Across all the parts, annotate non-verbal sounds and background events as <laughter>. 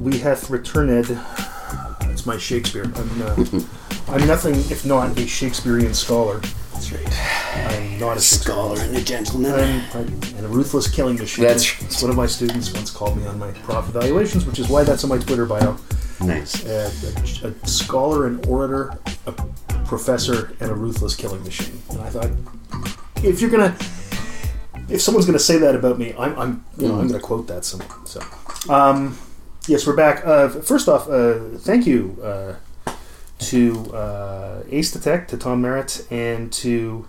we have returned. uh, It's my Shakespeare. I'm, uh, <laughs> I'm nothing if not a Shakespearean scholar. That's right. I'm not a Shakespearean Scholar and a gentleman. I'm, I'm and a ruthless killing machine. That's- It's one of my students once called me on my prof evaluations, which is why that's on my Twitter bio. nice. Uh, a, a scholar, an orator, a professor, and a ruthless killing machine. And I thought, if you're gonna, if someone's gonna say that about me, I'm, I'm you know, I'm gonna quote that somewhere. So, um, yes, we're back. Uh, first off, uh, thank you uh, to uh, Ace Detect, to Tom Merritt, and to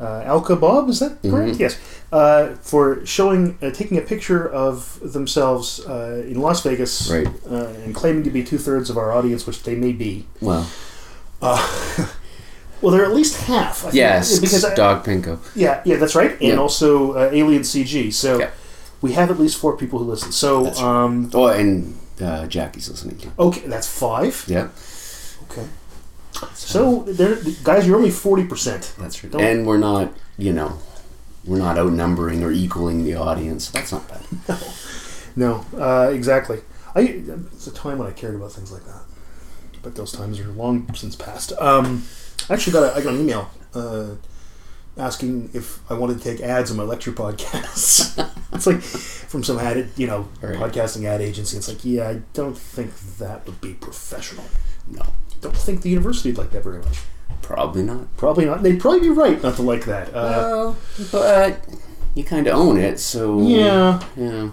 uh, Alka Bob, is that correct? Yes. Uh, for showing, uh, taking a picture of themselves uh, in Las Vegas Right. uh, and claiming to be two thirds of our audience, which they may be. <laughs> Well, Well, they're at least half. I think, yes, because I, Dog Pinko. yeah, yeah, that's right, and Yeah. also uh, Alien CG. So Yeah. we have at least four people who listen. So That's right. um, Oh, and uh, Jackie's listening too. okay, that's five. Yeah, Okay. So there, guys, you're only forty percent. that's right. Don't- And we're not, you know, we're not outnumbering or equaling the audience. That's not bad. No, uh, exactly. I it's a time when I cared about things like that, but those times are long since past. Um, I actually got a, I got an email uh, asking if I wanted to take ads on my lecture podcasts. <laughs> it's like from some ad, you know, Right. podcasting ad agency. It's like, yeah, I don't think that would be professional. No, Don't think the university would like that very much. probably not. Probably not. They'd probably be right not to like that. Uh, Well, but you kind of own it, so yeah, yeah.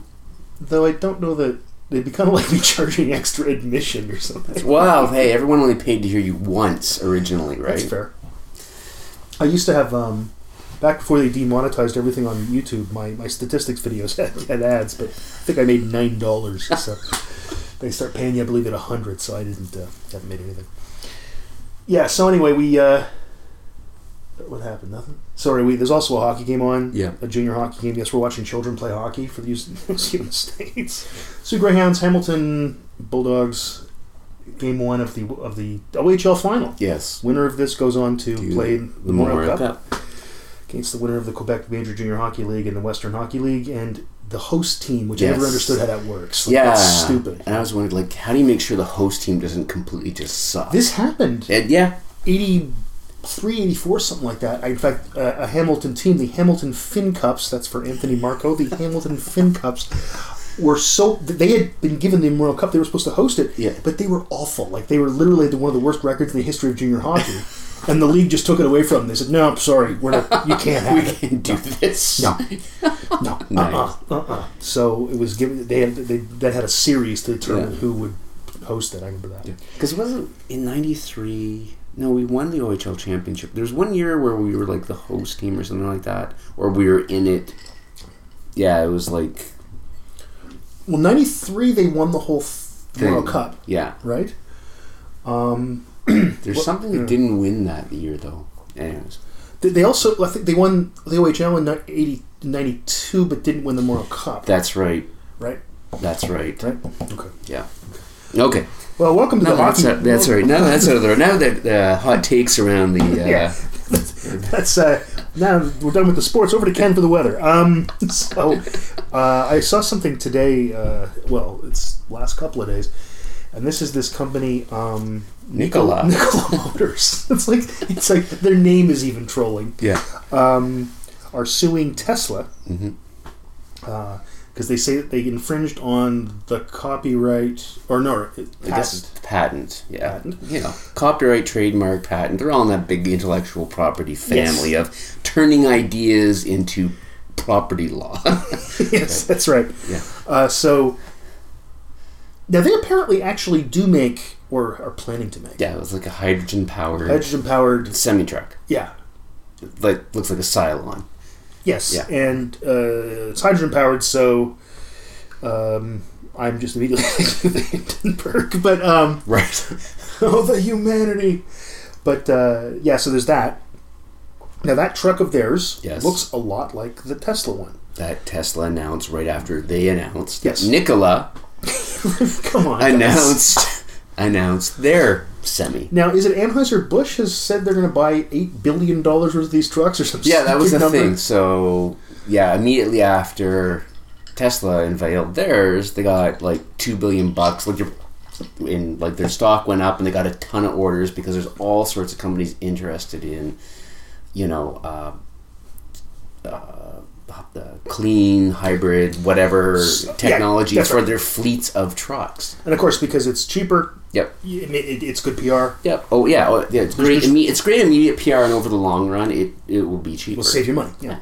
though I don't know that they'd be kind of like me <laughs> charging extra admission or something. Wow, hey, everyone only paid to hear you once originally, right? That's fair. I used to have um, back before they demonetized everything on YouTube. My, my statistics videos <laughs> had, had ads, but I think I made nine dollars. <laughs> so they start paying you, I believe, at a hundred. So I didn't uh, haven't made anything. Yeah. So anyway, we uh, what happened? Nothing. Sorry. We there's also a hockey game on. Yeah. A junior hockey game. Yes, we're watching children play hockey for the <laughs> United States. Sioux Greyhounds, Hamilton Bulldogs. Game one of the of the OHL final. Yes. Winner of this goes on to To play the Memorial Cup, Cup. against the winner of the Quebec Major Junior Hockey League and the Western Hockey League and the host team, which I never Yes. understood how that works. Like, Yeah. that's stupid. And I was wondering, like, how do you make sure the host team doesn't completely just suck? This happened And yeah, 83, 84, something like that. In fact, uh, a Hamilton team, the Hamilton Fin Cups, that's for Anthony Marco, <laughs> the Hamilton Fin Cups were so they had been given the Memorial Cup, they were supposed to host it, Yeah. but they were awful. Like they were literally the, one of the worst records in the history of junior hockey. And the league just took it away from them. They said, "No, I'm sorry, we're not. You can't have <laughs> we it." can do this. <laughs> No, no, Nice. uh-uh, uh-uh. So it was given. They had they that had a series to determine Yeah. who would host it. I remember that. Because wasn't in '93? No, we won the OHL championship. There was one year where we were like the host team or something like that, or we were in it. Yeah, it was like Well, '93 they won the whole th- World Thing. Cup, yeah. right? Um, There's something we didn't win that year though. Anyways, they, they also I think they won the OHL in ni- 80, 92, but didn't win the World Cup, that's right. right? That's right. Right. Okay. Yeah. Okay. Well, welcome to No, the that's hockey. out, that's right. Now that's out of the Now that uh, hot takes around the uh, Yeah. That's uh, now we're done with the sports. Over to Ken for the weather. Um, <laughs> so uh, I saw something today. Uh, well, it's last couple of days, and this is this company, um, Nikola. Nikola <laughs> Motors. It's like it's like their name is even trolling. Yeah. Um, are suing Tesla Mm-hmm. because they say that they infringed on the copyright or no I guess it's patent. the patent. Yeah. Patent. You know, copyright, trademark, patent. They're all in that big intellectual property family of turning ideas into property law. <laughs> yes, that's right. yeah. Uh, so now they apparently actually do make or are planning to make Yeah, it was like a hydrogen powered hydrogen powered. semi truck. Yeah. Like looks like a Cylon. <laughs> Yes. Yeah. And uh, it's hydrogen powered, so um, I'm just immediately <laughs> thinking of Hindenburg, but um, <laughs> Right. oh, the humanity. But uh, yeah, so there's that. Now that truck of theirs Yes. looks a lot like the Tesla one. <laughs> that Tesla announced right after they announced Yes. that Nikola Come on. guys. announced <laughs> announced their semi. Now, is it Anheuser Busch has said they're going to buy eight billion dollars worth of these trucks or something? Yeah, that was the thing. So yeah, immediately after Tesla unveiled theirs, they got like two billion bucks. Like, in like their stock went up, and they got a ton of orders because there's all sorts of companies interested in, you know, uh, uh, uh, clean hybrid whatever S- yeah, technology that's for right. their fleets of trucks. And of course, because it's cheaper, Yep. y- and it, it, it's good PR. Yep. Oh yeah. Oh, yeah. It's great. Imme- it's great immediate PR, and over the long run, it it will be cheaper. It'll save you money. Yeah.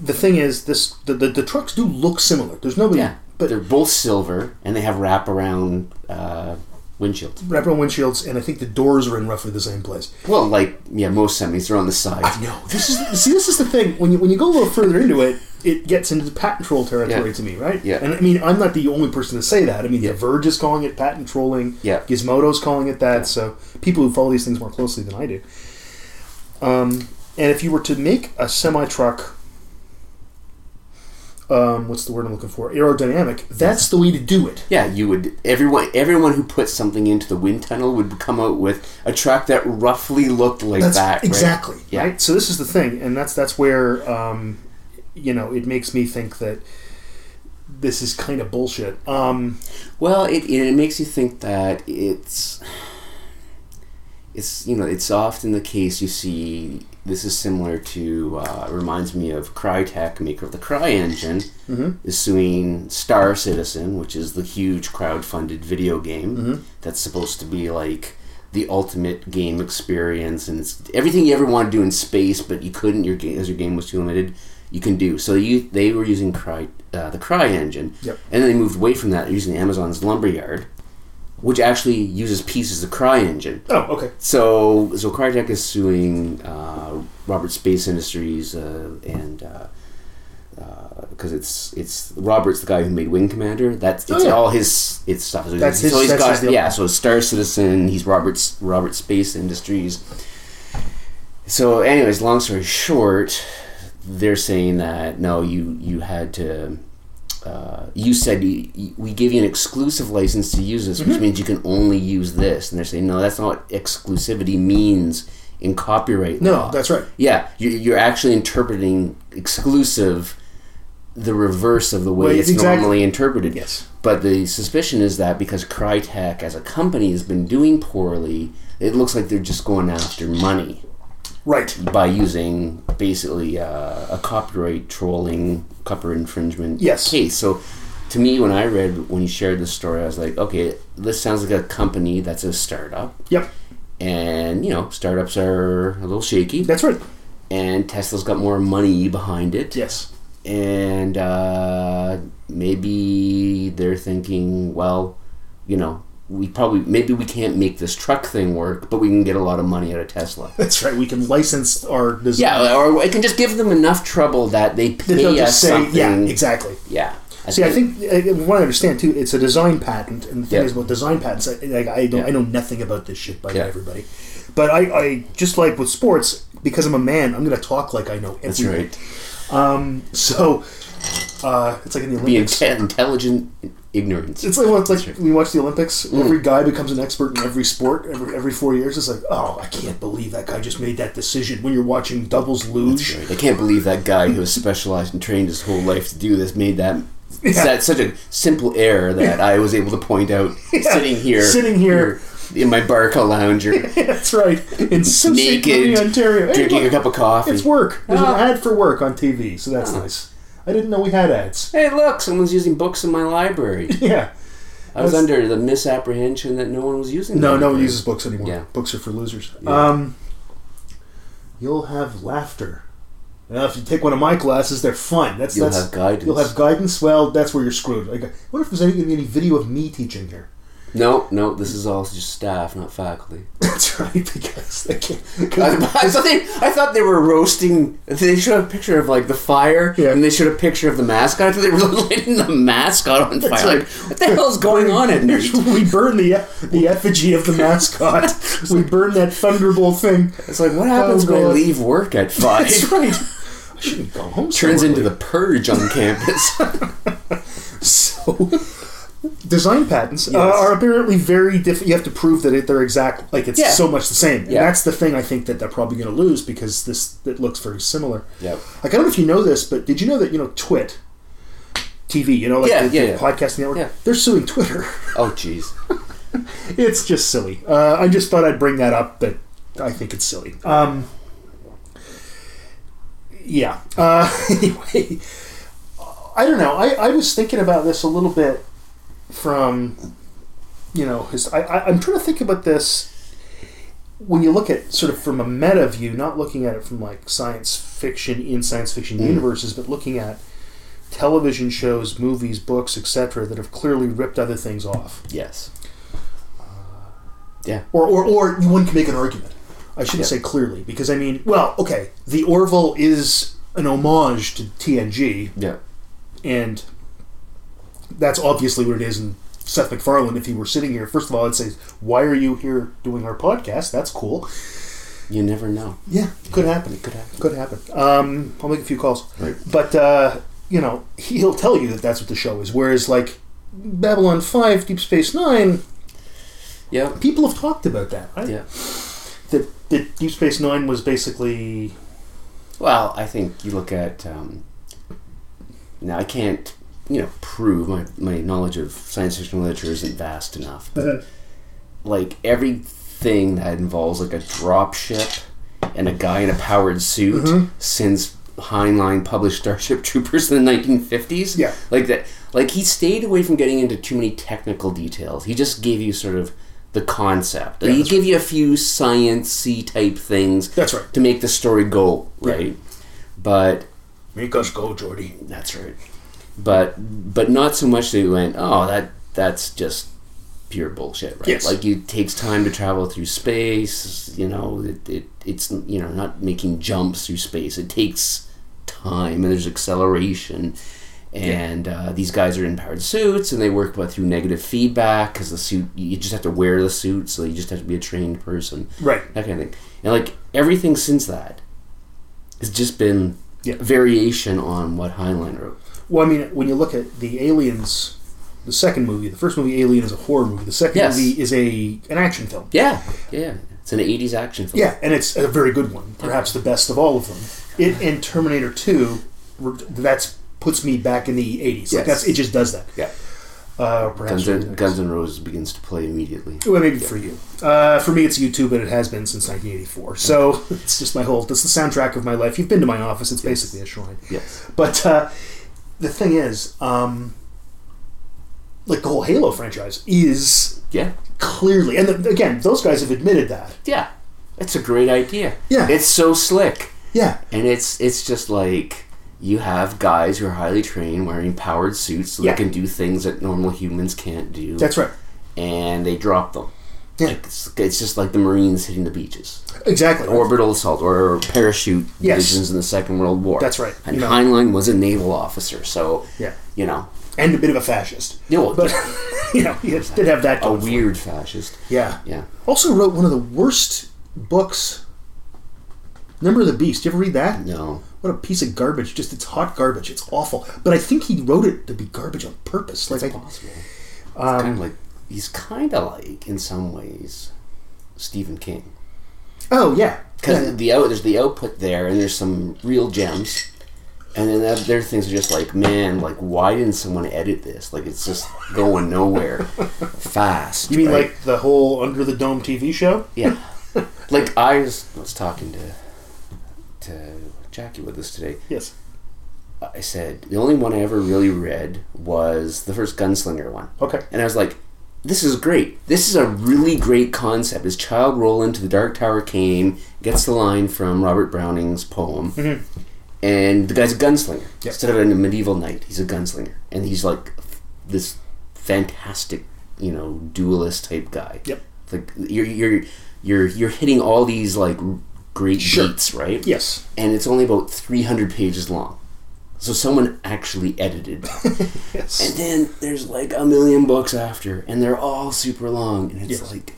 The thing is, this the, the, the trucks do look similar. There's nobody, yeah. But but they're both silver, and they have wraparound uh, windshields. wraparound windshields, and I think the doors are in roughly the same place. Well, like yeah, most semis are on the sides. <laughs> No, this is see. This is the thing. When you when you go a little further into it, it gets into the patent troll territory Yeah. to me, right? Yeah. And I mean, I'm not the only person to say that. I mean, The Yeah. Verge is calling it patent trolling. Yeah. Gizmodo's calling it that. So people who follow these things more closely than I do. Um, and if you were to make a semi truck, um, what's the word I'm looking for? Aerodynamic. That's the way to do it. Yeah, you would everyone everyone who put something into the wind tunnel would come out with a truck that roughly looked like That's that. right? exactly Yeah. right. So this is the thing, and that's that's where um, you know it makes me think that this is kind of bullshit. Um, Well, it it makes you think that it's it's you know it's often the case you see. This is similar to uh, reminds me of Crytek, maker of the Cry engine, is suing Star Citizen, which is the huge crowdfunded video game that's supposed to be like the ultimate game experience, and it's everything you ever want to do in space, but you couldn't. Your game as your game was too limited. You can do so. You they were using Cry uh, the Cry engine, Yep. and then they moved away from that using Amazon's Lumberyard, which actually uses pieces of Cry engine. oh, okay. So, so Crytek is suing uh, Robert Space Industries, uh, and because it's it's Robert's the guy who made Wing Commander. That's Oh, it's yeah. all his it's stuff. So That's he's- so his- he's that's his got deal. yeah. So Star Citizen. He's Robert's Robert Space Industries. So, anyways, long story short, they're saying that no, you you had to. Uh, you said you, you- we give you an exclusive license to use this, Mm-hmm. which means you can only use this. And they're saying no, that's not what exclusivity means in copyright No, law. that's right. yeah, you, you're actually interpreting exclusive the reverse of the way Well, it's exactly- normally interpreted. Yes. But the suspicion is that because Crytek as a company has been doing poorly, it looks like they're just going after money Right. by using basically uh, a copyright trolling, copyright infringement Yes. case. So, to me, when I read when you shared this story, I was like, okay, this sounds like a company that's a startup, Yep. and you know, startups are a little shaky, That's right. and Tesla's got more money behind it, Yes. and uh, maybe they're thinking, well, you know. We probably maybe we can't make this truck thing work, but we can get a lot of money out of Tesla. That's right. We can license our design. Yeah, or it can just give them enough trouble that they Then pay they'll us just say, something. yeah, exactly. Yeah. See, I think uh, uh, what I understand too, it's a design patent, and the thing Yeah. is about design patents, I, like I don't, Yeah. I know nothing about this shit by Yeah. everybody, but I, I just like with sports because I'm a man, I'm going to talk like I know that's everything. right. So uh, it's like in the Be Olympics. inte- intelligent ignorance. It's like, well, it's like we watch the Olympics. Mm. Every guy becomes an expert in every sport every, every four years. It's like, oh, I can't believe that guy just made that decision. When you're watching doubles luge, I can't believe that guy who has specialized and trained his whole life to do this made that that such a simple error that I was able to <laughs> point out sitting here, Sitting here. in my Barca <laughs> lounger, that's right, in <laughs> Sault Ste. Marie, naked, Ontario, Hey, drinking look, a cup of coffee. It's work. There's Ah. an ad for work on TV, so that's nice. I didn't know we had ads. <laughs> Hey, look! Someone's using books in my library. Yeah. I was That's- under the misapprehension that no one was using. No, them. no one uses books anymore. Yeah. Books are for losers. Um, you'll have laughter. Now, if you take one of my classes, they're fun. That's You'll that's, have guidance. You'll have guidance. Well, that's where you're screwed. Like, I wonder if there's any, gonna be any video of me teaching here. <laughs> No, no, this is all just staff, not faculty. That's right, because they can't. I, <laughs> 'cause- I thought they, I thought they were roasting. They showed a picture of like the fire, Yeah. and they showed a picture of the mascot. I thought they were <laughs> lighting the mascot on fire. right. Like, what the hell's going on at <laughs> night? we burn the e, the effigy of the mascot. <laughs> we burn that thunderbolt thing. It's like what happens when I Oh, God. leave <laughs> work at five? That's right. I shouldn't go home. so <laughs> Turns early. into the purge <laughs> on campus. So, design patents uh, are apparently very different. You have to prove that it, they're exact, like it's Yeah. so much the same. And Yeah. that's the thing I think that they're probably going to lose because this it looks very similar. Yep. Like, I don't know if you know this, but did you know that you know Twit, TV, you know, like Yeah, the, the yeah, yeah. podcast network. Yeah. They're suing Twitter. <laughs> Oh, jeez. it's just silly. Uh, I just thought I'd bring that up, but I think it's silly. Um, yeah. Uh, <laughs> anyway, I don't know. I, I was thinking about this a little bit from, you know, his, I, I, I'm trying to think about this when you look at sort of from a meta view, not looking at it from like science fiction in science fiction universes, but looking at television shows, movies, books, etc., that have clearly ripped other things off Yes. or or, or one can make an argument. I shouldn't say Yeah. clearly because I mean, well, okay, the Orville is an homage to TNG, Yeah. and that's obviously what it is. And Seth MacFarlane, if he were sitting here, first of all, I'd say, why are you here doing our podcast? That's cool. You never know. Yeah, could happen. It could happen. Could happen. Um, I'll make a few calls. Right. But uh, you know, he'll tell you that that's what the show is. Whereas, like Babylon Five, Deep Space Nine, Yeah. people have talked about that, right? Yeah. that, that Deep Space Nine was basically Well, I think you look at. Um, now, I can't, you know, prove my, my knowledge of science fiction literature isn't vast enough, but Uh-huh. like everything that involves like a drop ship and a guy in a powered suit Mm-hmm. since Heinlein published Starship <laughs> Troopers in the 1950s. Yeah. Like that like he stayed away from getting into too many technical details. He just gave you sort of the concept. he that's gave you a few sciency type things That's right. to make the story go, right? But Make us go, Jordy. that's right. But but not so much that you went, oh, that that's just pure bullshit, right? Yes. Like it takes time to travel through space. You know, it, it it's you know not making jumps through space. It takes time and there's acceleration. And uh, these guys are in powered suits, and they work but through negative feedback because the suit you just have to wear the suit, so you just have to be a trained person Right. that kind of thing. And like everything since that has just been Yeah. variation on what Heinlein wrote. Well, I mean, when you look at the Aliens, the second movie, the first movie, Alien, is a horror movie. The second Yes. movie is a an action film. Yeah, yeah. It's an '80s action film. Yeah, and it's a very good one, perhaps the best of all of them. It and Terminator Two, that's puts me back in the eighties. Like Yes. that's it, just does that. Yeah. Uh, perhaps Guns N', Guns N' Roses begins to play immediately. Well, maybe for you. Uh, for me, it's YouTube, but it has been since 1984. So <laughs> it's just my whole. That's the soundtrack of my life. You've been to my office. It's basically a shrine. Yes. But uh, the thing is, um, like the whole Halo franchise is Yeah. clearly, and the, again, those guys have admitted that. Yeah. It's a great idea. Yeah. It's so slick, Yeah, and it's it's just like you have guys who are highly trained wearing powered suits so Yeah. they can do things that normal humans can't do. that's right. And they drop them. Yeah. Like, it's, it's just like the Marines hitting the beaches. Exactly. orbital assault or parachute Yes. divisions in the Second World War. That's right. And You know. Heinlein was a naval officer, so Yeah. you know, and a bit of a fascist. you know, But <laughs> you know, he did have that. a Going for him. weird fascist. Yeah. Yeah, Also wrote one of the worst books. Number of the Beast. You ever read that? no, What a piece of garbage! Just it's hot garbage. It's awful. But I think he wrote it to be garbage on purpose. Like, I, possible. It's Um, kind of like he's kind of like in some ways Stephen King oh yeah, because Yeah. the out there's the output there, and there's some real gems. And then that, there are things that are just like, man, like why didn't someone edit this? Like it's just going <laughs> nowhere fast. You mean right? like the whole Under the Dome TV show? Yeah. like I was, was talking to to Jackie with us today. Yes. I said the only one I ever really read was the first Gunslinger one, Okay. and I was like, "This is great. This is a really great concept." As Child Roland to the Dark Tower came, gets the line from Robert Browning's poem, Mm-hmm. and the guy's a gunslinger instead of a medieval knight. He's a gunslinger, and he's like f- this fantastic, you know, duelist type guy. Yep. It's like you're you're you're you're hitting all these like r- great Sure. beats, right? Yes. And it's only about 300 pages long. So someone actually edited. Yes. and then there's like a million books after and they're all super long and it's Yes. like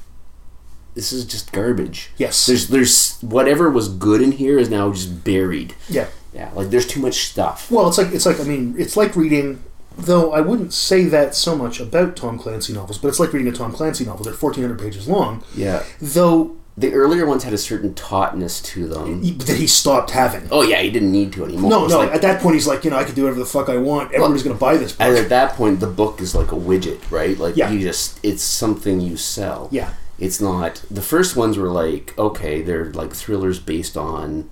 this is just garbage. yes. There's there's whatever was good in here is now just buried. yeah. Yeah, like there's too much stuff. Well, it's like it's like I mean, it's like reading. Though I wouldn't say that so much about Tom Clancy novels, but it's like reading a Tom Clancy novel. They're fourteen hundred pages long. Yeah. Though the earlier ones had a certain tautness to them. He- that he stopped having. Oh yeah, he didn't need to anymore. No, It's no. like- at that point, he's like, you know, I can do whatever the fuck I want. Everybody's going to buy this book. and at that point, the book is like a widget, right? Like Yeah. you just, it's something you sell. Yeah. It's not. The first ones were like okay, they're like thrillers based on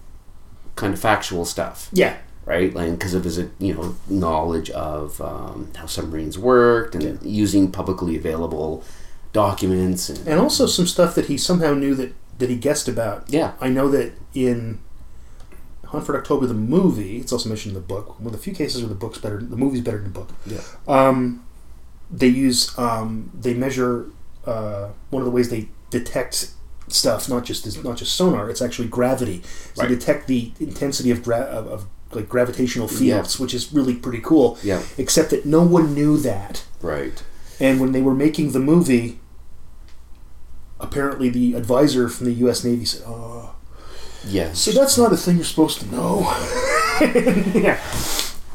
kind of factual stuff. Yeah. right? Like because of his uh, you know knowledge of um, how submarines worked and using publicly available documents and And also some stuff that he somehow knew that, that he guessed about. yeah, I know that in Hunt for October, the movie, it's also mentioned in the book, one of the few cases where the book's better, the movie's better than the book. yeah, Um, they use, um, they measure, uh, one of the ways they detect stuff, not just is not just sonar, it's actually gravity. So Right. they detect the intensity of, gra- of, of like gravitational fields, which is really pretty cool. yeah, Except that no one knew that. right, And when they were making the movie, apparently the advisor from the U.S. Navy said, "Oh, yes, so that's not a thing you're supposed to know." <laughs> yeah.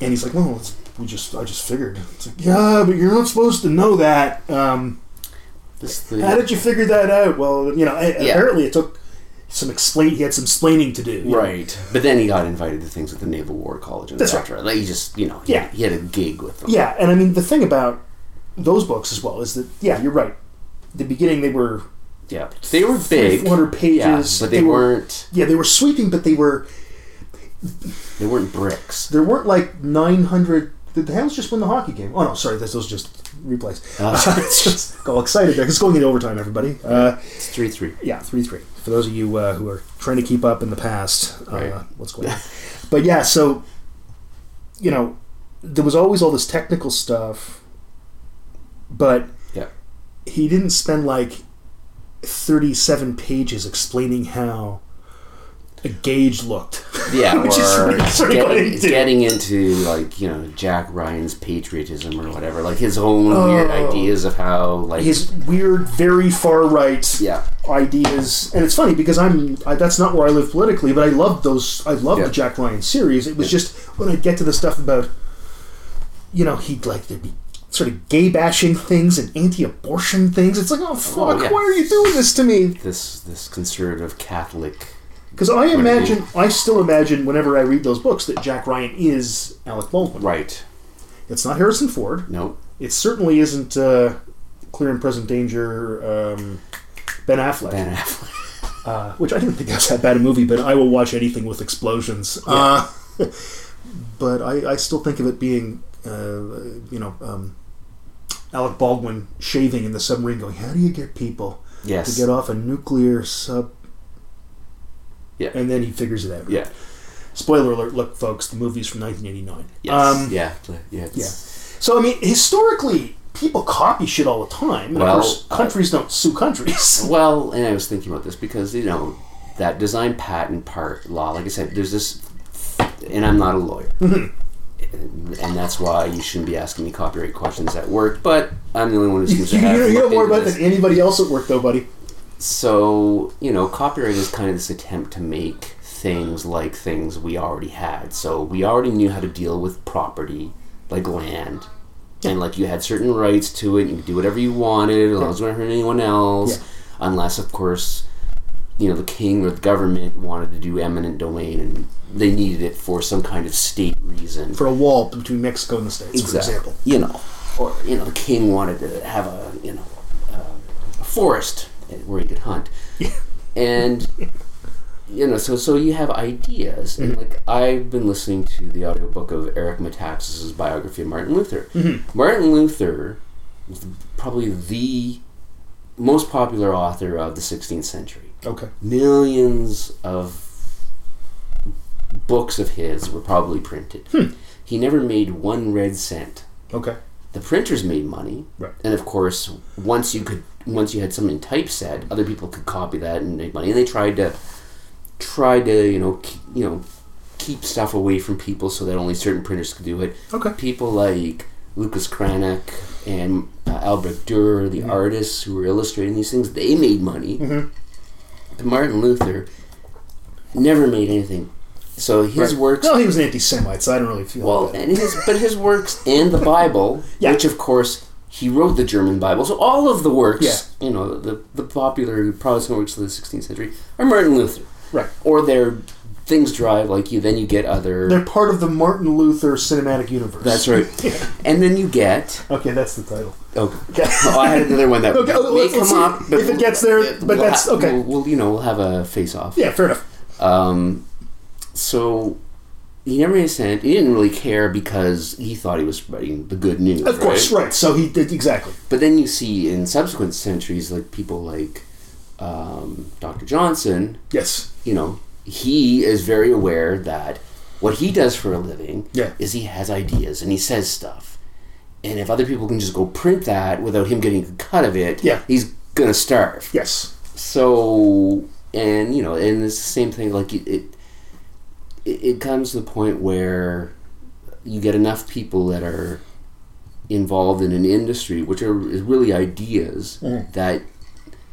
And he's like, "Well, it's, we just I just figured." It's like, "Yeah, but you're not supposed to know that." Um, this How thing, did you figure that out? Well, you know, I, Yeah. apparently it took some explain. He had some explaining to do. right. But then he got invited to things at the Naval War College and That's right. etc. Like he just you know he, Yeah. he had a gig with them. Yeah, and I mean the thing about those books as well is that yeah, you're right. The beginning they were yeah. They were big, 400 yeah, pages, but they, they were- weren't yeah they were sweeping, but they were they weren't bricks. There weren't like 900. Did the Hales just win the hockey game? Oh no, sorry, this was just replays. Ah. <laughs> it's just got all excited there. It's going into overtime, everybody. Uh, It's three three. yeah, three three. For those of you uh, who are trying to keep up in the past, uh, Right. what's going on? But yeah, so you know, there was always all this technical stuff, but Yeah. he didn't spend like thirty-seven pages explaining how a gauge looked. Yeah, <laughs> Which is or really sort of get- what I getting, do. into like you know Jack Ryan's patriotism or whatever, like his own weird Oh. ideas of how like His <laughs> weird, very far right. yeah ideas and it's funny because i'm I, that's not where i live politically but i love those i love Yeah. the jack ryan series it was just when i get to the stuff about you know he'd like to be sort of gay bashing things and anti-abortion things it's like oh fuck yeah. why are you doing this to me this this conservative Catholic. because i imagine i still imagine whenever i read those books that jack ryan is alec baldwin Right. it's not harrison ford No. it certainly isn't uh, clear and present danger um, ben affleck Ben Affleck. <laughs> uh, which I didn't think was that bad a movie, but I will watch anything with explosions. Uh, <laughs> but I, I still think of it being, uh, you know, um, Alec Baldwin shaving in the submarine, going, "How do you get people to Yes. get off a nuclear sub?" Yeah. and then he figures it out. Yeah. Spoiler alert! Look, folks, the movie's from 1989. Yes. Um, yeah. Yes. yeah. So I mean, historically, people copy shit all the time. And Well, of course, I- countries don't sue <laughs> countries. Well, and I was thinking about this because you know that design patent part law. Like I said, there's this, and I'm not a <laughs> lawyer, and, and that's why you shouldn't be asking me copyright questions at work. But I'm the only one who you, seems <laughs> to you, have know, you know looked more into about this. it than anybody else at work, though, buddy. So you know, copyright is kind of this attempt to make things like things we already had. So we already knew how to deal with property, like land. And like you had certain rights to it, you could do whatever you wanted, as long as you weren't hurting anyone else. Yeah. Unless, of course, you know, the king or the government wanted to do eminent domain and they needed it for some kind of state reason. for a wall between Mexico and the States, Exactly. for <laughs> example. You know, or you know, the king wanted to have a you know um, a forest where he could hunt, and you know, so so you have ideas, and like I've been listening to the audiobook of Eric Metaxas's biography of Martin Luther. Mm-hmm. Martin Luther was probably the most popular author of the 16th century Okay. millions of books of his were probably printed. He never made one red cent. Okay. The printers made money, Right. and of course, once you could, once you had something typeset, other people could copy that and make money. And they tried to, tried to, you know, keep, you know, keep stuff away from people so that only certain printers could do it. Okay. People like Lucas Cranach and uh, Albert Durer, the Mm-hmm. artists who were illustrating these things, they made money. But Martin Luther never made anything. So his Right. works, Well, he was an anti-Semite, so I don't really feel well, bad. and his but his works and the Bible, <laughs> Yeah. which of course He wrote the German Bible. So all of the works, Yeah. you know, the, the popular Protestant works of the 16th century are Martin Luther. Right. Or their things drive, like you, then you get other. They're part of the Martin Luther cinematic universe. <laughs> that's right. and then you get. Okay, that's the title. Oh, Okay. <laughs> oh, I had another one that Okay, let's- may let's come see up. But if it gets there, we'll- but that's- we'll ha- okay. We'll, we'll, you know, we'll have a face off. yeah, fair enough. Um, so he never made a cent. He didn't really care because he thought he was spreading the good news. Of course, right. So he did exactly. But then you see in subsequent centuries, like people like um, Dr. Johnson, Yes. you know, he is very aware that what he does for a living Yeah. is he has ideas and he says stuff. And if other people can just go print that without him getting a cut of it, Yeah. he's gonna starve. Yes. So, and you know, and it's the same thing. Like it, it, it it comes to the point where you get enough people that are involved in an industry, which are is really ideas Mhm. that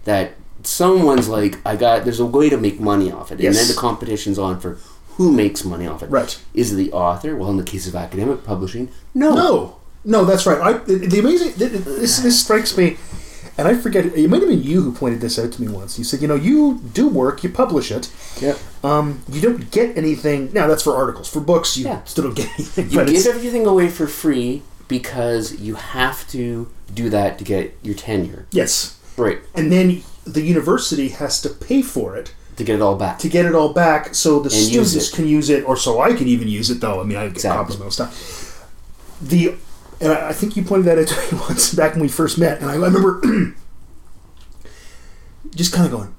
that someone's like, I got. There's a way to make money off it, and Yes. then the competition's on for who makes money off it. Right. Is it the author? Well, in the case of academic publishing, no. No, no, that's right. I the, the amazing th- th- this this strikes me, and I forget. It might have been you who pointed this out to me once. You said, you know, you do work, you publish it. Yeah. Um, you don't get anything. Now that's for articles. For books, you Yeah. still don't get <laughs> anything. You but give it's, everything away for free because you have to do that to get your tenure. yes, Right. and then the university has to pay for it to get it all back. to get it all back, so the And use students it. can use it, or so I can even use it. Though I mean, I get Exactly. copies of my own stuff. The and I I think you pointed that out to me <laughs> once back when we first met, and I, I remember <clears throat> just kind of going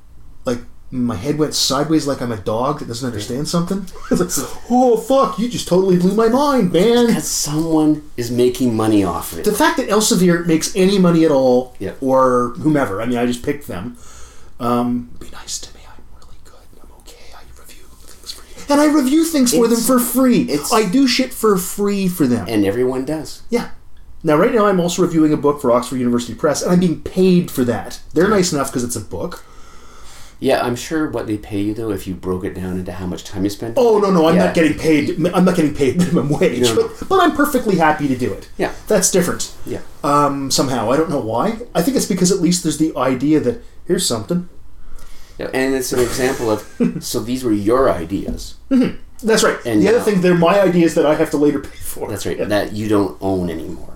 like my head went sideways like I'm a dog that doesn't understand something. <laughs> It's like, oh fuck, you just totally blew my mind, man. Because someone is making money off of The it. fact that Elsevier makes any money at all, Yeah. or whomever, I mean, I just picked them. Um, be nice to me. I'm really good. I'm okay. I review things for you. And I review things for them It's- for free. it's- I do shit for free for them. And everyone does. Yeah. Now, right now, I'm also reviewing a book for Oxford University Press, and I'm being paid for that. They're nice enough because it's a book. Yeah, I'm sure what they pay you though, if you broke it down into how much time you spend. Oh no, no, I'm Yeah. not getting paid. I'm not getting paid <laughs> minimum wage, No, no. but but I'm perfectly happy to do it. Yeah. that's different. Yeah. Um, somehow, I don't know why. I think it's because at least there's the idea that here's something. Yeah, And it's an example <laughs> of so these were your ideas. That's right. And the other now- thing, they're my ideas that I have to later pay for. That's right. Yeah. That you don't own anymore.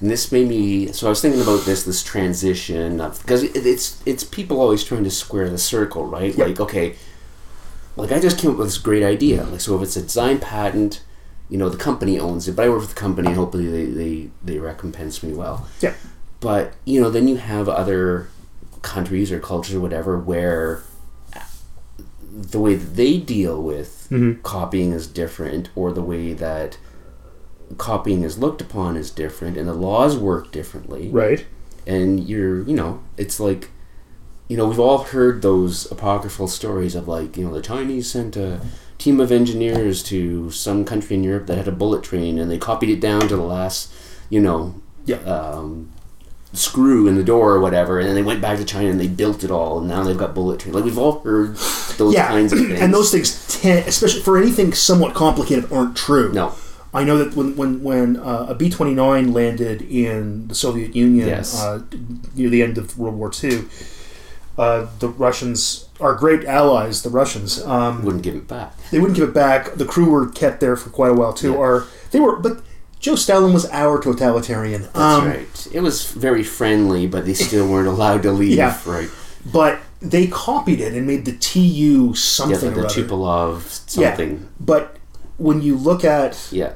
And this made me. So I was thinking about this this transition of because it, it's it's people always trying to square the circle, right? Yeah. Like okay, like I just came up with this great idea. Like so, if it's a design patent, you know, the company owns it, but I work with the company, and hopefully they they, they recompense me well. yeah. but you know then you have other countries or cultures or whatever where the way that they deal with copying is different or the way that copying is looked upon is different and the laws work differently Right. and you're you know it's like you know we've all heard those apocryphal stories of like you know the chinese sent a team of engineers to some country in europe that had a bullet train and they copied it down to the last you know Yeah. um, screw in the door or whatever and then they went back to china and they built it all and now they've got bullet train like we've all heard those yeah. kinds of <clears throat> things and those things tend, especially for anything somewhat complicated, aren't true. no I know that when when when uh, a B twenty nine landed in the Soviet Union Yes. uh, near the end of World War II, uh, the Russians, our great allies, the Russians, um, wouldn't give it back they wouldn't give it back. The crew were kept there for quite a while too. Yeah. Or they were, but Joe Stalin was our totalitarian. that's um, right it was very friendly but they still weren't <laughs> allowed to leave Yeah. right But they copied it and made the TU yeah, something the, or the other. Tupolev something. But when you look at Yeah.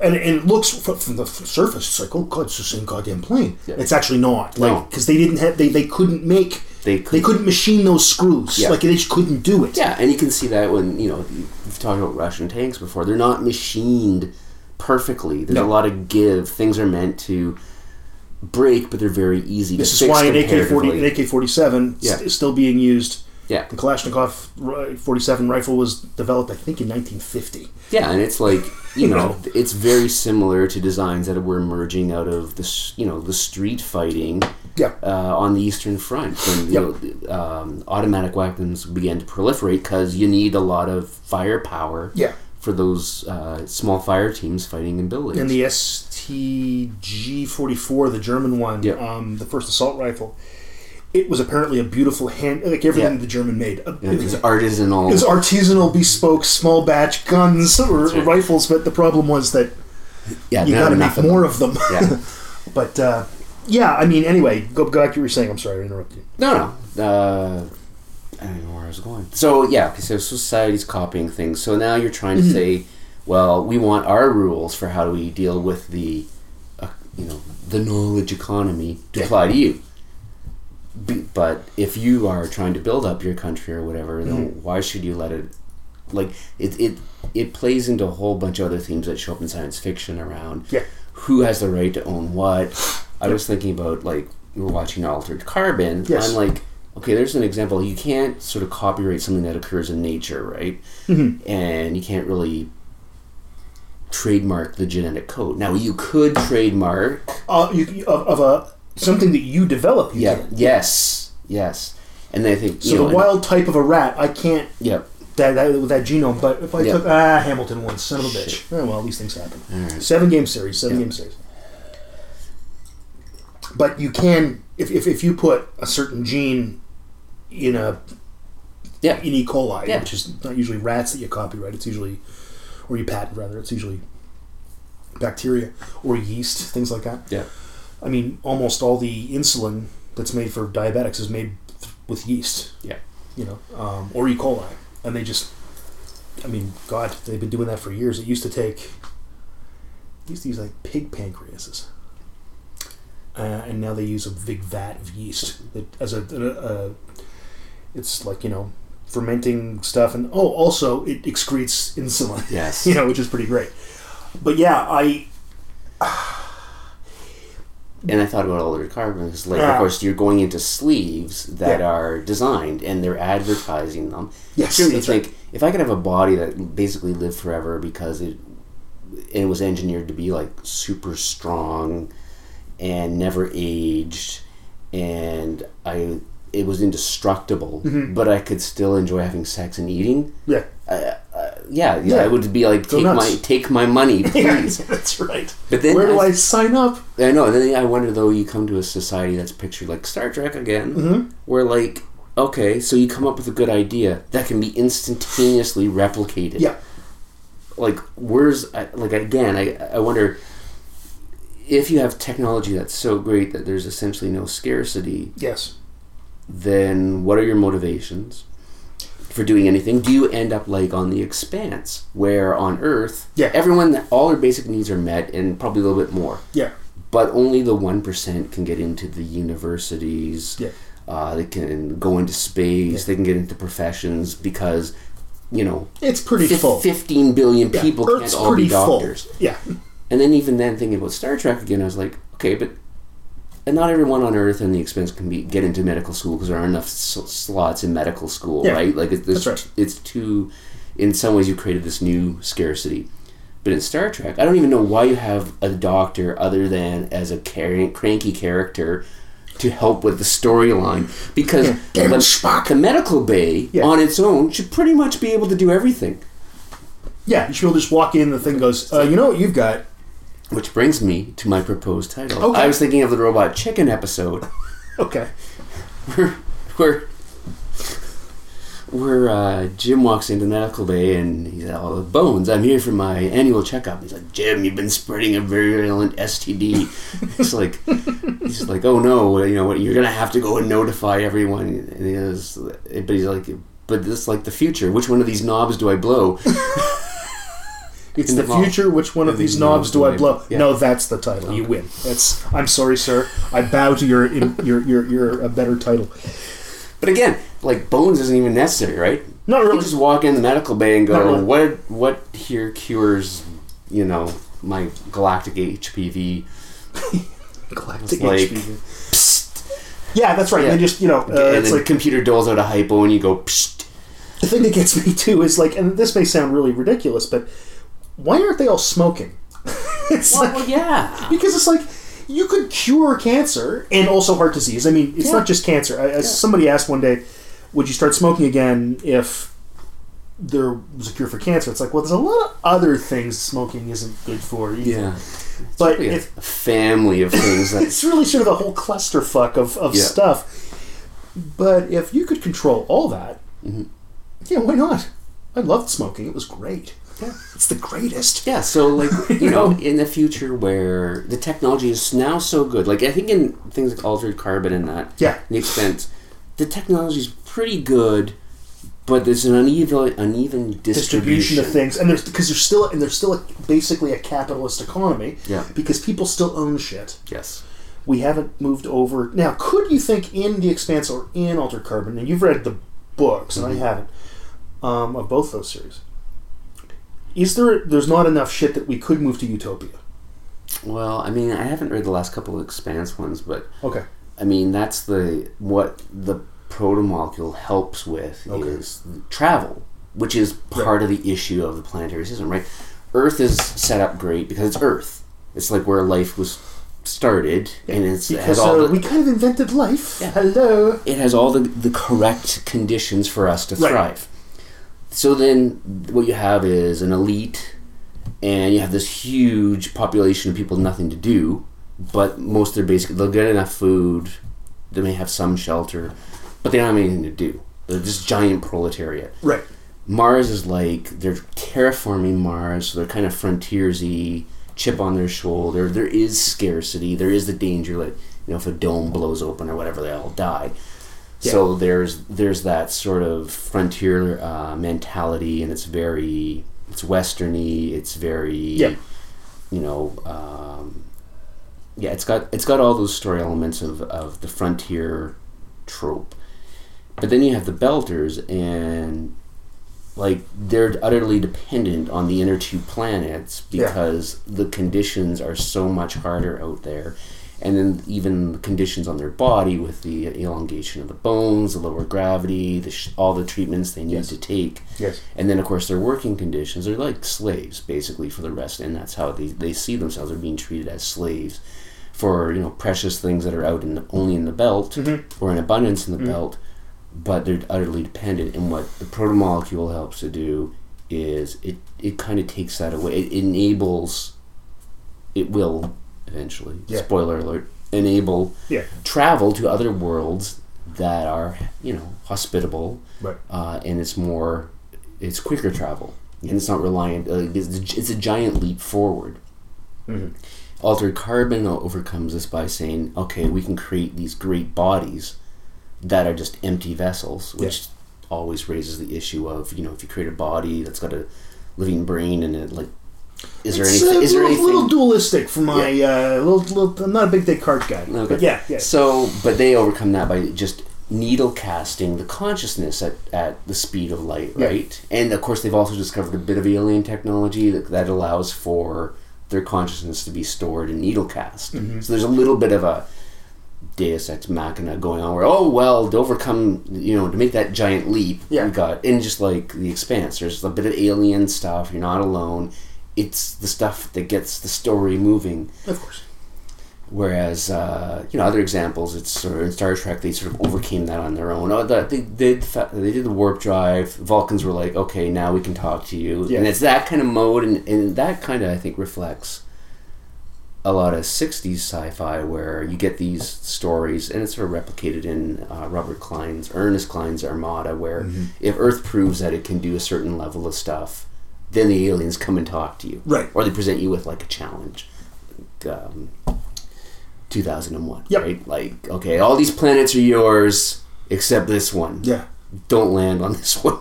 and, and it looks fr- from the f- surface, it's like, oh god, it's the same goddamn plane. Yeah. It's actually not, No. like, because they didn't have, they, they couldn't make, They they could, couldn't machine those screws, Yeah. like they just couldn't do it. Yeah, and you can see that when, you know, you've talked about Russian tanks before. They're not machined perfectly. There's No. a lot of give. Things are meant to break, but they're very easy This to is fix why an AK forty, an comparatively. AK forty seven, Yeah. is still being used. Yeah. The Kalashnikov ri- forty seven rifle was developed, I think, in nineteen fifty. Yeah, and it's like, you know, know. it's very similar to designs that were emerging out of this, you know, the street fighting. Yeah, uh, on the Eastern Front when you know, um, automatic weapons began to proliferate because you need a lot of firepower yeah, for those uh, small fire teams fighting in buildings. And the STG 44, the German one, Yep. um, the first assault rifle, it was apparently a beautiful hand, like everything Yeah. the German made. A- And it, it was was, artisanal. it was artisanal, bespoke, small batch guns or, That's right. rifles, but the problem was that yeah, you not got to enough make of more of them. <laughs> Yeah. but uh, yeah, I mean, anyway, go, go back to what you were saying. I'm sorry, I interrupted you. No, no. Uh, I don't even know where I was going. So yeah, okay, so society's copying things. So now you're trying to say, well, we want our rules for how do we deal with the, uh, you know, the knowledge economy to Yeah. apply to you. Be, but if you are trying to build up your country or whatever, then why should you let it? Like it, it, it plays into a whole bunch of other themes that show up in science fiction around Yeah. who has the right to own what. I was thinking about like we were watching Altered Carbon. Yes. I'm like, okay, there's an example. You can't sort of copyright something that occurs in nature, right? Mm-hmm. And you can't really trademark the genetic code. Now you could trademark. Uh, you, you- of, of a something that you develop. You Yeah. can. Yes. Yes. And then I think So you know, the wild type of a rat, I can't Yep. that, that with that genome. But if I Yeah. took ah Hamilton one, son of a Shit. bitch. Oh, well, these things happen. Seven game series, seven Yeah. game series. But you can if, if if you put a certain gene in a Yeah. in E. coli, Yeah. which is not usually rats that you copyright. It's usually or you patent rather. It's usually bacteria or yeast, things like that. Yeah. I mean, almost all the insulin that's made for diabetics is made th- with yeast Yeah. you know, um, or E. coli, and they just, I mean, God, they've been doing that for years. It used to take, it used to use like pig pancreases, uh, and now they use a big vat of yeast that as a, a, a it's like you know, fermenting stuff, and oh, also it excretes insulin <laughs> Yes. you know, which is pretty great. But yeah, I and I thought about altered carbon because, like, of Yeah. course, you're going into sleeves that Yeah. are designed and they're advertising them. Yes, Surely that's it's like if I could have a body that basically lived forever because it it was engineered to be like super strong and never aged, and I it was indestructible, Mm-hmm. but I could still enjoy having sex and eating. yeah, <laughs> Uh, uh, yeah, yeah, Yeah. I would be like, Go take nuts. my take my <laughs> money, please. that's right. But Hmm. then Where do I- I sign up? I know. Then I wonder though. You come to a society that's pictured like Star Trek again, Mm-hmm. where like okay, so you come up with a good idea that can be instantaneously replicated. Yeah, Like where's I- like again? I I wonder if you have technology that's so great that there's essentially no scarcity. yes, Then what are your motivations for doing anything? Do you end up like on the Expanse, where on Earth, Yeah. everyone all their basic needs are met and probably a little bit more yeah, but only the one percent can get into the universities. Yeah. Uh, they can go into space. They can get into professions because, you know, it's pretty fif- full. fifteen billion Yeah, people Earth's can't all be pretty full. doctors. Yeah, And then even then, thinking about Star Trek again, I was like, okay, but and not everyone on Earth and the expense can be get into medical school because there aren't enough s- slots in medical school, Yeah, right? Like it's that's right. it's too. In some ways, you created this new scarcity. But in Star Trek, I don't even know why you have a doctor other than as a crank, cranky character to help with the storyline because Get him, the- Spock. the medical bay Yeah. on its own should pretty much be able to do everything. yeah. You should just walk in. The thing goes. Uh, you know what you've got? Which brings me to my proposed title. Okay. I was thinking of the Robot Chicken episode <laughs> Okay. where where, where uh, Jim walks into medical bay and he's all the bones. I'm here for my annual checkup. He's like, Jim, you've been spreading a virulent <laughs> STD. It's like he's like, oh no, you know what? You're gonna have to go and notify everyone. And he goes, but he's like, but this is like the future. Which one of these knobs do I blow? It's In the the mall. future. Which one of In the these knobs do I blow? Yeah. No, that's the title. You win. That's. I'm sorry, sir. I bow to your in, <laughs> your your your a better title. But again, like bones isn't even necessary, right? Not You really. just walk in the medical bay and go, Not really. what what here cures, you know, my galactic HPV? Galactic like- HPV. Psst. Yeah, that's right. Yeah. They just you know. Uh, and it's then like computer doles out a hypo, and you go, psst. the thing that gets me <laughs> too is like, and this may sound really ridiculous, but why aren't they all smoking? <laughs> it's Well, like, well, yeah. because it's like you could cure cancer and also heart disease. I mean, it's Yeah. not just cancer. I, I- Somebody asked one day, "Would you start smoking again if there was a cure for cancer. It's like, well, there's a lot of other things smoking isn't good for. Either. Yeah. But Probably a- if a family of things <laughs> that it's really sort of a whole clusterfuck of, of Yeah. stuff. But if you could control all that, Mm-hmm. yeah, why not? I loved smoking. It was great. Yeah. It's the greatest. Yeah, so like you You <laughs> know, know? in the future where the technology is now so good, like I think in things like altered carbon and that, Yeah. the extent, the technology is pretty good, but there's an uneven uneven distribution, Distribution of things, and there's because there's still and there's still a, basically a capitalist economy. Yeah. Because people still own shit. Yes. We haven't moved over now. Could you think in the Expanse or in Altered Carbon? And you've read the books, Mm-hmm. and I haven't um, of both those series. Is there? There's not enough shit that we could move to utopia. Well, I mean, I haven't read the last couple of Expanse ones, but Okay. I mean that's the what the protomolecule helps with Okay. is travel, which is part of the issue of the planetary system, right? Earth is set up great because it's Earth. It's like where life was started, and it's it has Because all uh, the, we kind of invented life. Yeah. Hello. it has all the, the correct conditions for us to Right. thrive. So then what you have is an elite and you have this huge population of people with nothing to do, but most of their basic they'll get enough food, they may have some shelter, but they don't have anything to do. They're just giant proletariat. Right. Mars is like they're terraforming Mars, so they're kind of frontiersy, chip on their shoulder. There is scarcity. There is the danger that you know if a dome blows open or whatever, they all die. So there's there's that sort of frontier uh, mentality, and it's very it's westerny. It's very Yeah. you know um, yeah it's got it's got all those story elements of of the frontier trope. But then you have the Belters, and like they're utterly dependent on the inner two planets Yeah. because the conditions are so much harder out there. And then even the conditions on their body with the elongation of the bones, the lower gravity, the sh- all the treatments they need to take. Yes. And then, of course, their working conditions they are like slaves, basically, for the rest. And that's how they, they see themselves. They're being treated as slaves for, you know, precious things that are out in only in the belt Mm-hmm. or in abundance in the belt, but they're utterly dependent. And what the protomolecule helps to do is it, it kind of takes that away. It enables, it will eventually, Yeah. spoiler alert, enable Yeah. travel to other worlds that are, you know, hospitable Right. uh, and it's more it's quicker travel and it's not reliant uh, it's, it's a giant leap forward Mm-hmm. altered carbon overcomes this by saying okay we can create these great bodies that are just empty vessels which always raises the issue of you know if you create a body that's got a living brain and it like is there it's anything a is there little, anything little dualistic for my uh, little, little. I'm not a big Descartes guy. Okay. But yeah. Yeah. So, but they overcome that by just needle casting the consciousness at, at the speed of light, Yeah. right? And of course, they've also discovered a bit of alien technology that, that allows for their consciousness to be stored in needle cast. Mm-hmm. So there's a little bit of a Deus Ex Machina going on where oh well to overcome you know to make that giant leap Yeah. we got and just like the Expanse there's a bit of alien stuff you're not alone it's the stuff that gets the story moving Of course. Whereas, uh, you know, other examples, it's sort of in Star Trek, they sort of overcame that on their own. Oh, the, they, they, did the fa- they did the warp drive. Vulcans were like, okay, now we can talk to you. Yeah. And it's that kind of mode, and, and that kind of, I think, reflects a lot of 60s sci fi where you get these stories, and it's sort of replicated in uh, Robert Klein's, Ernest Klein's Armada, where Mm-hmm. if Earth proves that it can do a certain level of stuff, then the aliens come and talk to you. Right. Or they present you with like a challenge. Like, um, 2001, Yep. right? Like, okay, all these planets are yours except this one. Yeah. Don't land on this <laughs> one.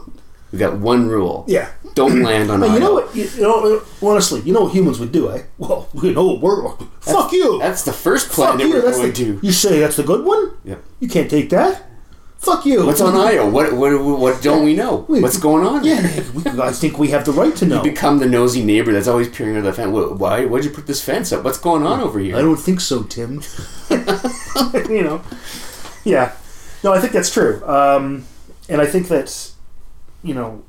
We got one rule. Yeah. Don't land on But you Io. know what? You, you know, honestly, you know what humans would do, eh? Well, <laughs> you know what we're. Fuck you. That's the first Fuck planet you. we're That's going the, to. You say that's the good one. Yep. You can't take that. Fuck you. <laughs> What's on Io? What, what, what don't we know? Wait. What's going on? Yeah. we- I think we have the right to know. <laughs> Become the nosy neighbor that's always peering over the fence. Wh- Why? Why'd you put this fence up? What's going on over I here? don't think so, Tim. <laughs> you know. Yeah. No, I think that's true. Um, and I think that, you know,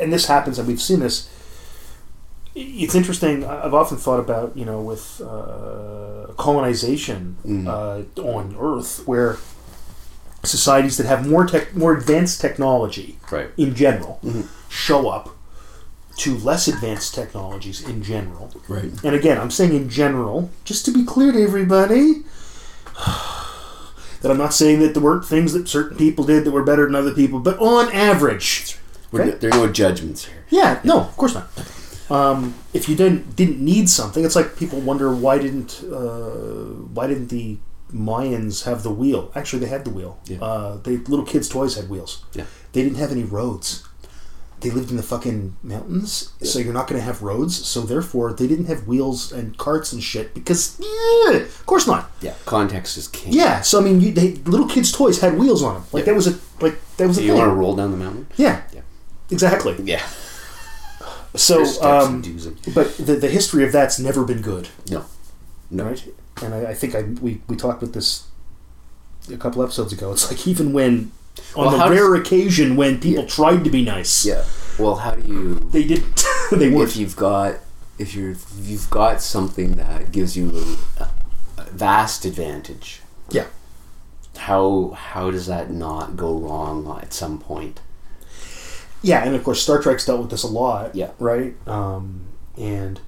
and this happens, and we've seen this. I- It's interesting. I- I've often thought about, you know, with uh, colonization Mhm. uh, on Earth, where societies that have more tech, more advanced technology Right. in general show up to less advanced technologies in general. Right. And again, I'm saying in general, just to be clear to everybody, <sighs> that I'm not saying that there weren't things that certain people did that were better than other people, but on average, We're, Okay. n- There are no judgments here. yeah, no, of course not. Um, if you didn't didn't need something, it's like people wonder why didn't uh, why didn't the Mayans have the wheel? Actually, they had the wheel. Yeah. Uh, they little kids' toys had wheels. Yeah. They didn't have any roads. They lived in the fucking mountains, so you're not going to have roads. So therefore, they didn't have wheels and carts and shit because, yeah, of course not. Yeah. Context is king. Yeah. So I mean, you, they, little kids' toys had wheels on them. Like that was a like that was a Do you thing. want to roll down the mountain? yeah. Yeah. Exactly. Yeah. So Steps um, and do's and- But the, the history of that's never been good, no. No. right? And I, I think I we, we talked with this a couple episodes ago. It's like even when on Well, how the does- rare occasion when people tried to be nice, Yeah. Well, how do you they didn't. <laughs> they if weren't. you've got if you're if you've got something that gives you a, a vast advantage? Yeah, How how does that not go wrong at some point? yeah, and of course Star Trek's dealt with this a lot. Yeah. right. Um, and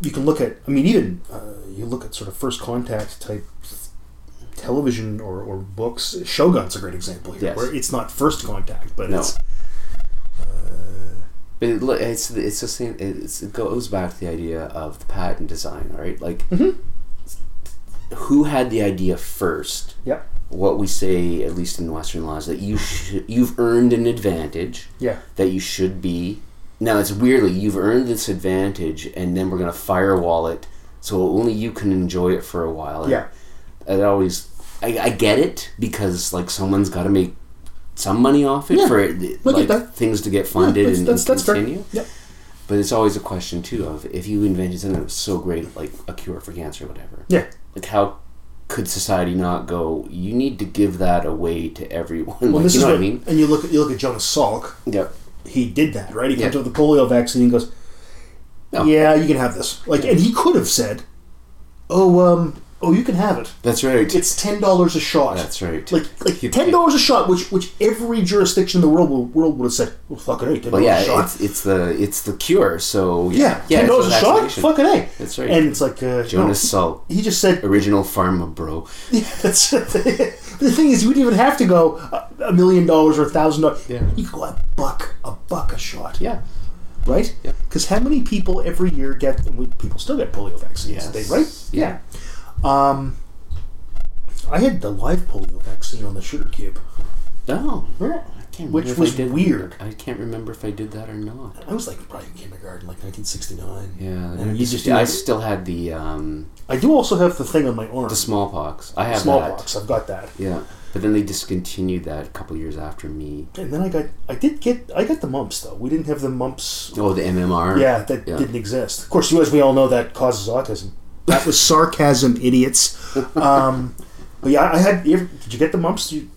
you can look at. I mean, even uh, you look at sort of first contact type television or, or books. Shogun's a great example here, Yes. where it's not first contact, but No. it's But it, look, it's it's the same. It's, it goes back to the idea of the patent design, right? Like, who had the idea first? yep, What we say, at least in Western laws, that you sh- you've earned an advantage yeah, that you should be. Now it's weirdly you've earned this advantage, and then we're gonna firewall it, so only you can enjoy it for a while. And Yeah. it always. I, I get it because like someone's got to make some money off it Yeah, for it, look like at that. things to get funded that's- and, that's- and that's fair. continue. yep. But it's always a question too of if you invented something that was so great, like a cure for cancer, or whatever. Yeah. Like how could society not go? You need to give that away to everyone. Well, like, this you is know what, what I mean? And you look at you look at Jonas Salk. Yep. He did that, right? He Yeah. Oh. comes up with the polio vaccine and goes, No. "Yeah, you can have this." Like, and he could have said, "Oh, um, oh, you can have it. That's right. It's ten dollars a shot." That's right. Like, You- like ten dollars a shot, which which every jurisdiction in the world will, world would have said, "Well, fucking a, ten Well, dollars yeah, a shot." it's it's the it's the cure. So yeah, yeah, ten dollars a it's shot, vaccination. fucking a. That's right. And it's like uh, Jonas no, Salk, he just said, <laughs> original pharma bro. Yeah, that's <laughs> the thing is you wouldn't even have to go a- a million dollars or a thousand dollars. Yeah. You could go a buck, a buck a shot, Yeah, right? Yeah. Because how many people every year get? we- People still get polio vaccines, Yes. they, right? Yeah. Um, I had the live polio vaccine on the sugar cube, No, I can't which remember if I was did- weird. I can't remember if I did that or not. I was like probably in kindergarten, like 1969. Yeah, And you you just do I it. still had the um, I do also have the thing on my arm, the smallpox. I have that. smallpox. I've got that. Yeah, but then they discontinued that a couple years after me. And then I got, I did get, I got the mumps though. We didn't have the mumps Oh, the MMR. Yeah, that Yeah. didn't exist. Of course, you, as we all know, that causes autism. That was sarcasm, <laughs> idiots. Um, but yeah, I had. you ever- Did you get the mumps? You,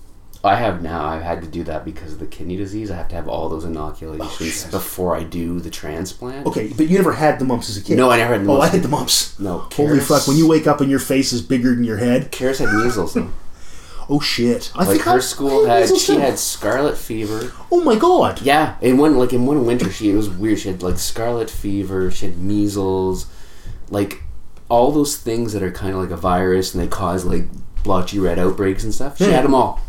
I have now. I've had to do that because of the kidney disease. I have to have all those inoculations Oh, shit. before I do the transplant. okay, but you never had the mumps as a kid. No, I never had the Oh, I mumps. had the mumps. No, Holy Karis- fuck! When you wake up and your face is bigger than your head. Karis had measles. though. Oh shit! I Like think I- her school I had, measles she too. had scarlet fever. Oh my god! Yeah, in one like in one winter, she it was weird. She had like scarlet fever. She had measles, like all those things that are kind of like a virus and they cause like blotchy red outbreaks and stuff. She Yeah. had them all.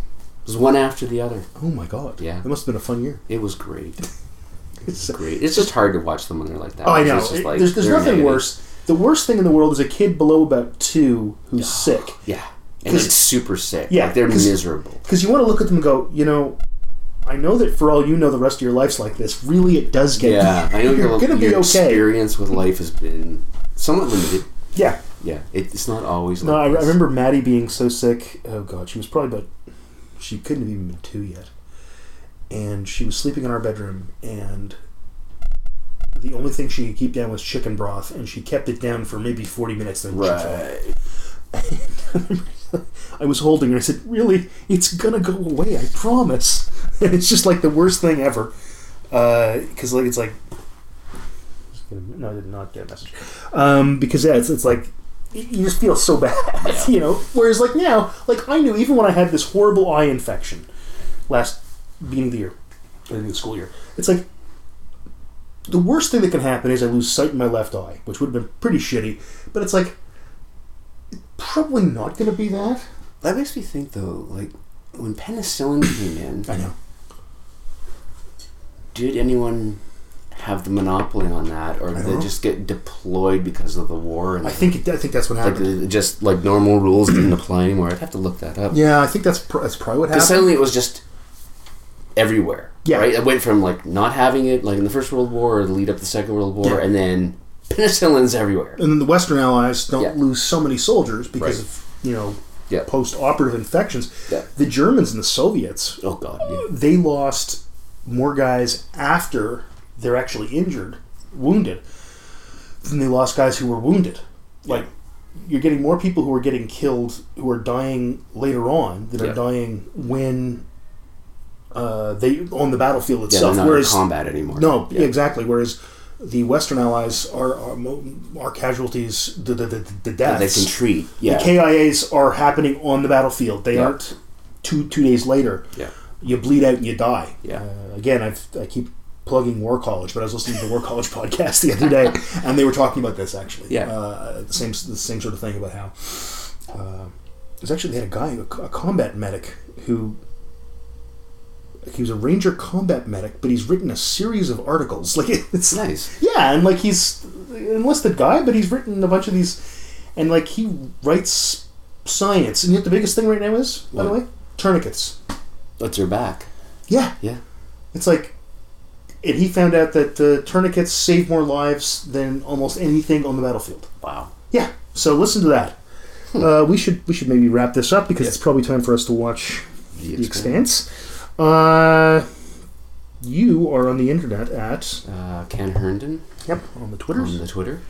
It was one after the other. Oh my god! Yeah. that must have been a fun year. It was great. <laughs> It's- Great. It's just hard to watch them when they're like that. Oh, I It's know. just, It- like, there's there's they're nothing negative. worse. The worst thing in the world is a kid below about two who's sick. Yeah, and 'Cause- it's super sick. Yeah, like, they're 'cause- miserable. Because you want to look at them and go, you know, I know that for all you know, the rest of your life's like this. Really, it does get. <laughs> Yeah, I know you're your, gonna be your okay. experience with life has been somewhat limited. Yeah. Yeah, it, it's not always. No, I, like I this. remember Maddie being so sick. Oh God, she was probably about. She couldn't have even been two yet, and she was sleeping in our bedroom, and the only thing she could keep down was chicken broth, and she kept it down for maybe forty minutes. Then she fell. Right. <laughs> I was holding her. I said, "Really, it's gonna go away. I promise." <laughs> And it's just like the worst thing ever, because like it's like. No, I did not get a message. Um, because yeah, it's, it's like you just feel so bad, <laughs> you know. Whereas like now, like I knew even when I had this horrible eye infection last beginning of the year, beginning of the school year, it's like the worst thing that can happen is I lose sight in my left eye, which would have been pretty shitty. But it's like probably not going to be that. That makes me think though, like when penicillin <coughs> came in, know. did anyone have the monopoly on that, or did don't it know. just get deployed because of the war? And I think it, I think that's what like happened. it just like normal rules didn't apply anymore. I'd have to look that up. Yeah, I think that's pr- that's probably what Because happened. suddenly it was just everywhere. Yeah. Right? It went from like not having it, like in the First World War, or the lead up to the Second World War, Yeah. and then penicillin's everywhere. and then the Western Allies don't Yeah. lose so many soldiers because Right. of you know Yeah. post-operative infections. Yeah. The Germans and the Soviets Oh, God. Yeah. they lost more guys after they're actually injured, wounded, than they lost guys who were wounded. Like you're getting more people who are getting killed, who are dying later on, that are Yeah. dying when uh, they on the battlefield Yeah, itself. they're not Whereas in combat anymore. no, Yeah. exactly. Whereas the Western Allies are are, mo- are casualties, the the, the, the That They deaths. can treat. Yeah. The KIAs are happening on the battlefield. They Yeah. aren't two two days later yeah. you bleed out and you die. Yeah. Uh, again, I've, I keep plugging War College, but I was listening to the War College <laughs> podcast the other day, and they were talking about this actually. Yeah. Uh, the same the same sort of thing about how uh, it was actually they had a guy, a, co- a combat medic, who he was a Ranger combat medic, but he's written a series of articles. <laughs> Like it's like Nice. yeah, and like he's an enlisted guy, but he's written a bunch of these, and like he writes science. And yet the biggest thing right now is, by the What? way, tourniquets. That's your back. Yeah. Yeah. It's like, and he found out that uh, tourniquets save more lives than almost anything on the battlefield. Wow. Yeah. So listen to that. Uh, we should we should maybe wrap this up because it's probably time for us to watch The Expanse. Uh, you are on the internet at Uh, Ken Herndon yep on the on Twitters, the Twitter.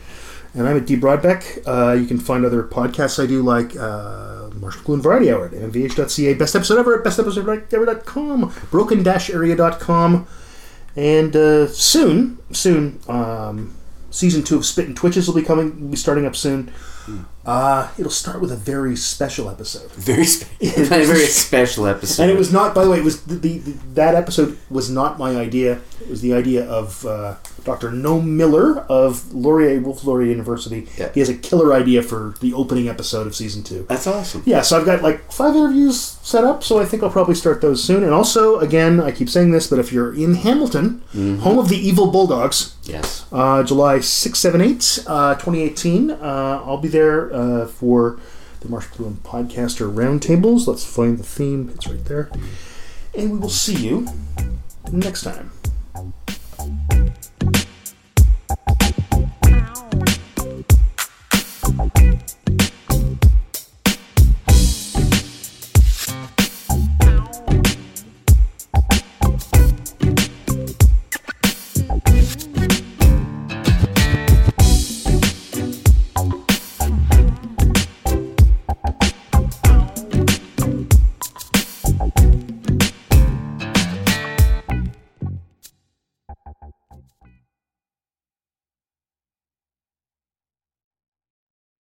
and I'm at D Broadbeck. Uh, you can find other podcasts I do like uh, Marshall Clune Variety Hour at mvh.ca, best episode ever at bestepisodeever.com, broken-area.com, and uh, soon, soon, um, season two of Spit and Twitches will be coming, will be starting up soon. Uh, it'll start with a very special episode, Very, spe- <laughs> a very special episode. and it was not. By the way, it was the, the, the that episode was not my idea. It was the idea of uh, Dr. No Miller of Laurier Wolf Laurier University. Yeah. He has a killer idea for the opening episode of season two. That's awesome. Yeah, so I've got like five interviews set up, so I think I'll probably start those soon. And also, again, I keep saying this, but if you're in Hamilton, home of the evil Bulldogs, Yes. uh, July 6, 7, 8, uh, 2018, uh, I'll be there uh, for the Marshall Bloom Podcaster Roundtables. Let's find the theme, it's right there. And we will see you next time.